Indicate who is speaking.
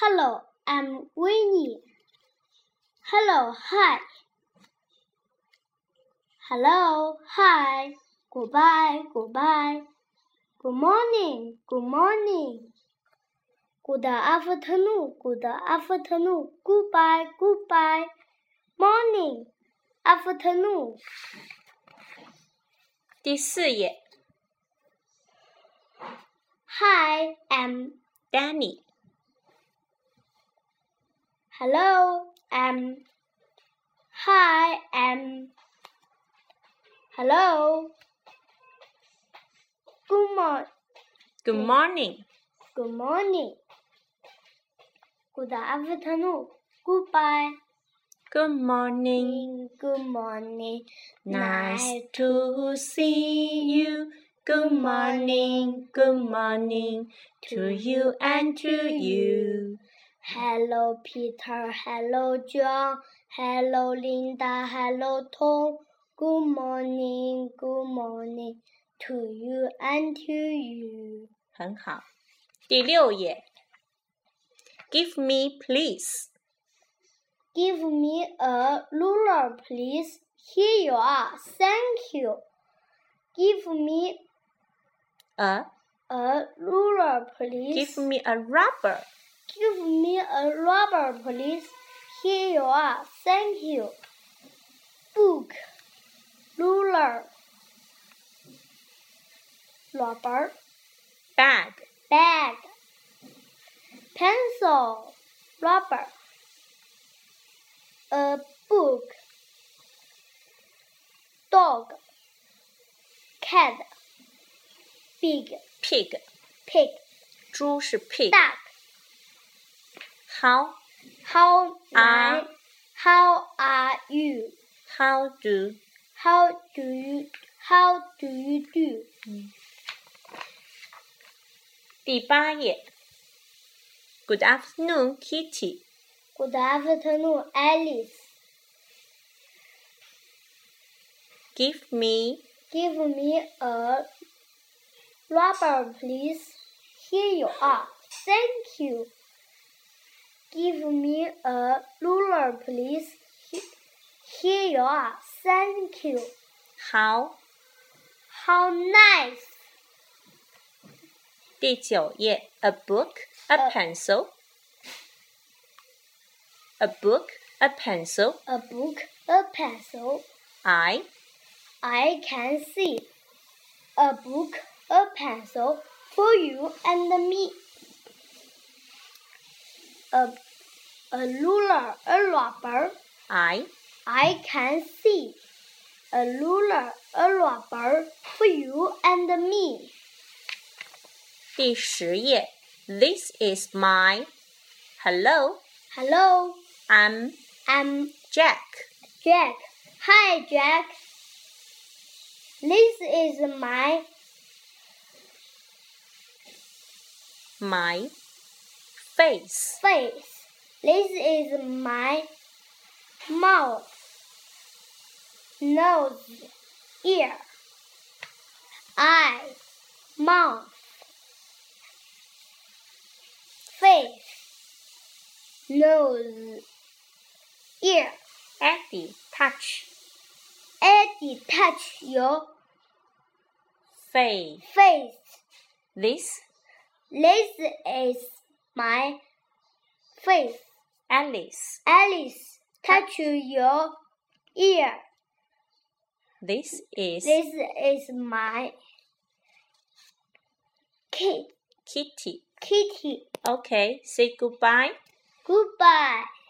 Speaker 1: Hello, I'm Winnie. Hello, hi. Hello, hi. Goodbye, goodbye. Good morning, good morning. Good afternoon, good afternoon. Goodbye, goodbye. Morning, afternoon.
Speaker 2: 第四页
Speaker 1: Hi, I'm
Speaker 2: ，Danny、
Speaker 1: hello, I'm hi, I'm hello. Good morning.
Speaker 2: Good morning、
Speaker 1: Good morning. Good afternoon. Goodbye.
Speaker 2: Good morning。
Speaker 1: Good morning.
Speaker 2: Nice to see you. Good morning, good morning to you and to you.
Speaker 1: Hello, Peter. Hello, John. Hello, Linda. Hello, Tom. Good morning. Good morning to you and to you.
Speaker 2: 很好。第六页，Give me please。
Speaker 1: Give me a ruler, please. Here you are. Thank you. Give me
Speaker 2: A
Speaker 1: a ruler, please.
Speaker 2: give me a rubber。
Speaker 1: Give me a rubber, please. Here you are. Thank you. Book, ruler, rubber,
Speaker 2: Bag
Speaker 1: bag, pencil, rubber, a book, dog, cat, pig,
Speaker 2: pig。
Speaker 1: pig,
Speaker 2: 猪是 pig。
Speaker 1: duck.
Speaker 2: How
Speaker 1: How
Speaker 2: Are-
Speaker 1: ni- How are you?
Speaker 2: how do
Speaker 1: How do you? How do you do?
Speaker 2: 第八页，Good afternoon, Kitty。
Speaker 1: Good afternoon, Alice.
Speaker 2: Give me
Speaker 1: Give me a rubber, please. Here you are. Thank you. Give me a ruler, please. He- Here you are. Thank you.
Speaker 2: how。
Speaker 1: How nice.
Speaker 2: 第九页，a book, a
Speaker 1: 呃
Speaker 2: pencil, a book, a pencil.
Speaker 1: A book, a pencil.
Speaker 2: I
Speaker 1: I can see. A book, a pencil for you and me. A, a ruler, a rubber.
Speaker 2: I
Speaker 1: I can see a ruler, a rubber for you and me.
Speaker 2: 第十页，This is my hello.
Speaker 1: Hello,
Speaker 2: I'm
Speaker 1: I'm
Speaker 2: Jack.
Speaker 1: Jack. Hi, Jack. This is my
Speaker 2: My face.
Speaker 1: face. This is my mouth, nose, ear, eye, mouth, face, nose, ear.
Speaker 2: Eddie touch
Speaker 1: Eddie touch your
Speaker 2: face.
Speaker 1: face.
Speaker 2: This
Speaker 1: This is my face.
Speaker 2: Alice.
Speaker 1: Alice touch your ear.
Speaker 2: This is
Speaker 1: This is my ki-
Speaker 2: Kitty.
Speaker 1: kitty.
Speaker 2: Okay, say goodbye.
Speaker 1: Goodbye.